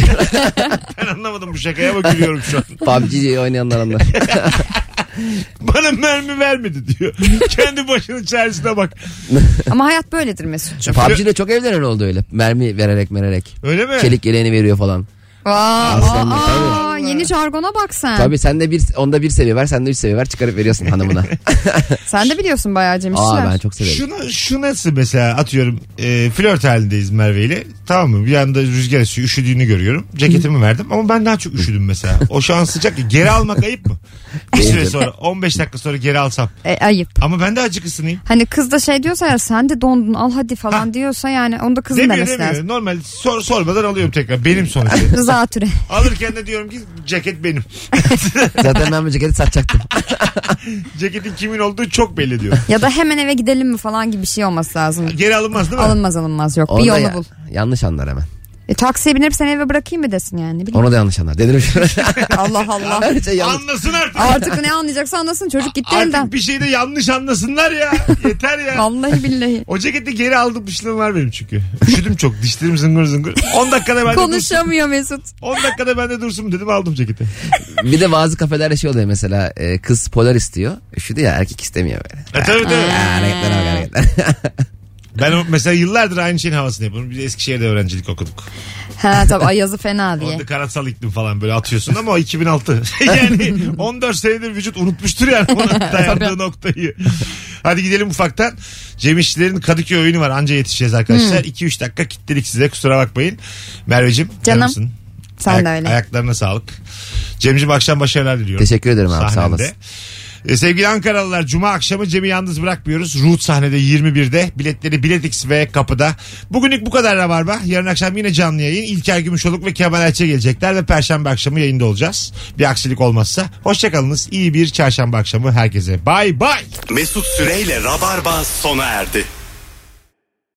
Speaker 2: ben anlamadım bu şakaya bak gülüyorum şu an.
Speaker 3: PUBG oynayanlar anlar.
Speaker 2: Bana mermi vermedi diyor. Kendi başının içerisine bak.
Speaker 5: Ama hayat böyledir Mesut'cum.
Speaker 3: PUBG'de çok evlenen oldu öyle. Mermi vererek mererek.
Speaker 2: Öyle mi?
Speaker 3: Çelik yeleğini veriyor falan.
Speaker 5: Aa,
Speaker 3: Aslanım,
Speaker 5: aa,
Speaker 3: tabii.
Speaker 5: yeni jargona bak sen.
Speaker 3: Tabii sen de bir, onda bir seviye ver, sen de üç seviye ver çıkarıp veriyorsun hanımına.
Speaker 5: Sen de biliyorsun bayağı Cem
Speaker 3: Aa
Speaker 5: İşçiler.
Speaker 3: ben çok severim.
Speaker 2: Şunu, şu nasıl mesela atıyorum e, flört halindeyiz Merve ile tamam mı bir anda rüzgar esiyor üşüdüğünü görüyorum ceketimi verdim ama ben daha çok üşüdüm mesela o şu an sıcak ya. geri almak ayıp mı bir süre sonra 15 dakika sonra geri alsam
Speaker 5: E, ayıp.
Speaker 2: ama ben de acık ısınayım
Speaker 5: Hani kız da şey diyorsa ya sen de dondun al hadi falan
Speaker 3: Ah.
Speaker 5: diyorsa yani onu da kızın
Speaker 2: demiyor
Speaker 5: demesi
Speaker 2: demiyor
Speaker 5: lazım.
Speaker 2: normal sor, sormadan alıyorum tekrar benim sonuçta
Speaker 5: Rıza Türe.
Speaker 2: alırken de diyorum ki ceket benim
Speaker 3: Zaten ben bu ceketi satacaktım.
Speaker 2: ceketin kimin olduğu çok belli diyor
Speaker 5: Ya da hemen eve gidelim mi falan gibi bir şey olması lazım.
Speaker 2: geri alınmaz değil mi
Speaker 5: Alınmaz alınmaz yok. bir
Speaker 3: Orada
Speaker 5: yolu
Speaker 3: ya-
Speaker 5: bul.
Speaker 3: Yanlış anlar hemen.
Speaker 5: E, taksiye binip seni eve bırakayım mı desin yani. Ne bileyim.
Speaker 3: Onu da yanlış anlar. Dedim
Speaker 5: Allah Allah.
Speaker 3: Her şey yanlış.
Speaker 2: anlasın artık
Speaker 5: Artık ne anlayacaksa anlasın çocuk gitti elden.
Speaker 2: artık bir şeyde yanlış anlasınlar ya yeter ya
Speaker 5: Vallahi billahi.
Speaker 2: O ceketi geri aldıkmışlığım var benim çünkü. Üşüdüm çok. Dişlerim zıngır zıngır. 10 dakikada bende dursun.
Speaker 5: Konuşamıyor Mesut.
Speaker 2: 10 dakikada bende dursun dedim aldım ceketi.
Speaker 3: Bir de bazı kafelerde şey oluyor mesela e, kız polar istiyor. Üşüdü ya erkek istemiyor böyle.
Speaker 2: E tabii tabii.
Speaker 3: Ha, Hareketlere bak hareketlere.
Speaker 2: Ben o- mesela yıllardır aynı şeyin havasını yapıyorum. Biz Eskişehir'de öğrencilik okuduk.
Speaker 5: Ha tabii ay yazı fena diye.
Speaker 2: Orada karatsal iklim falan böyle atıyorsun ama o 2006. yani 14 senedir vücut unutmuştur yani onun dayandığı noktayı. Hadi gidelim ufaktan. Cem İşçilerin Kadıköy oyunu var. Anca yetişeceğiz arkadaşlar. 2-3 dakika kitledik size kusura bakmayın. Merveciğim.
Speaker 5: Hmm. Canım.
Speaker 2: canımsın.
Speaker 5: Sen de
Speaker 2: Ayak-
Speaker 5: öyle.
Speaker 2: Ayaklarına sağlık. Cemciğim akşam başarılar diliyorum.
Speaker 3: Teşekkür ederim abi sağ
Speaker 2: sahnende.
Speaker 3: olasın.
Speaker 2: E, sevgili Ankaralılar Cuma akşamı Cem'i yalnız bırakmıyoruz. Root sahnede 21'de. Biletleri Biletix ve kapıda. Bugünlük bu kadar Rabarba. Yarın akşam yine canlı yayın. İlker Gümüşoluk ve Kemal Ayça gelecekler ve Perşembe akşamı yayında olacağız. Bir aksilik olmazsa. Hoşçakalınız. İyi bir çarşamba akşamı herkese. Bay bay.
Speaker 1: Mesut Süreyle Rabarba sona erdi.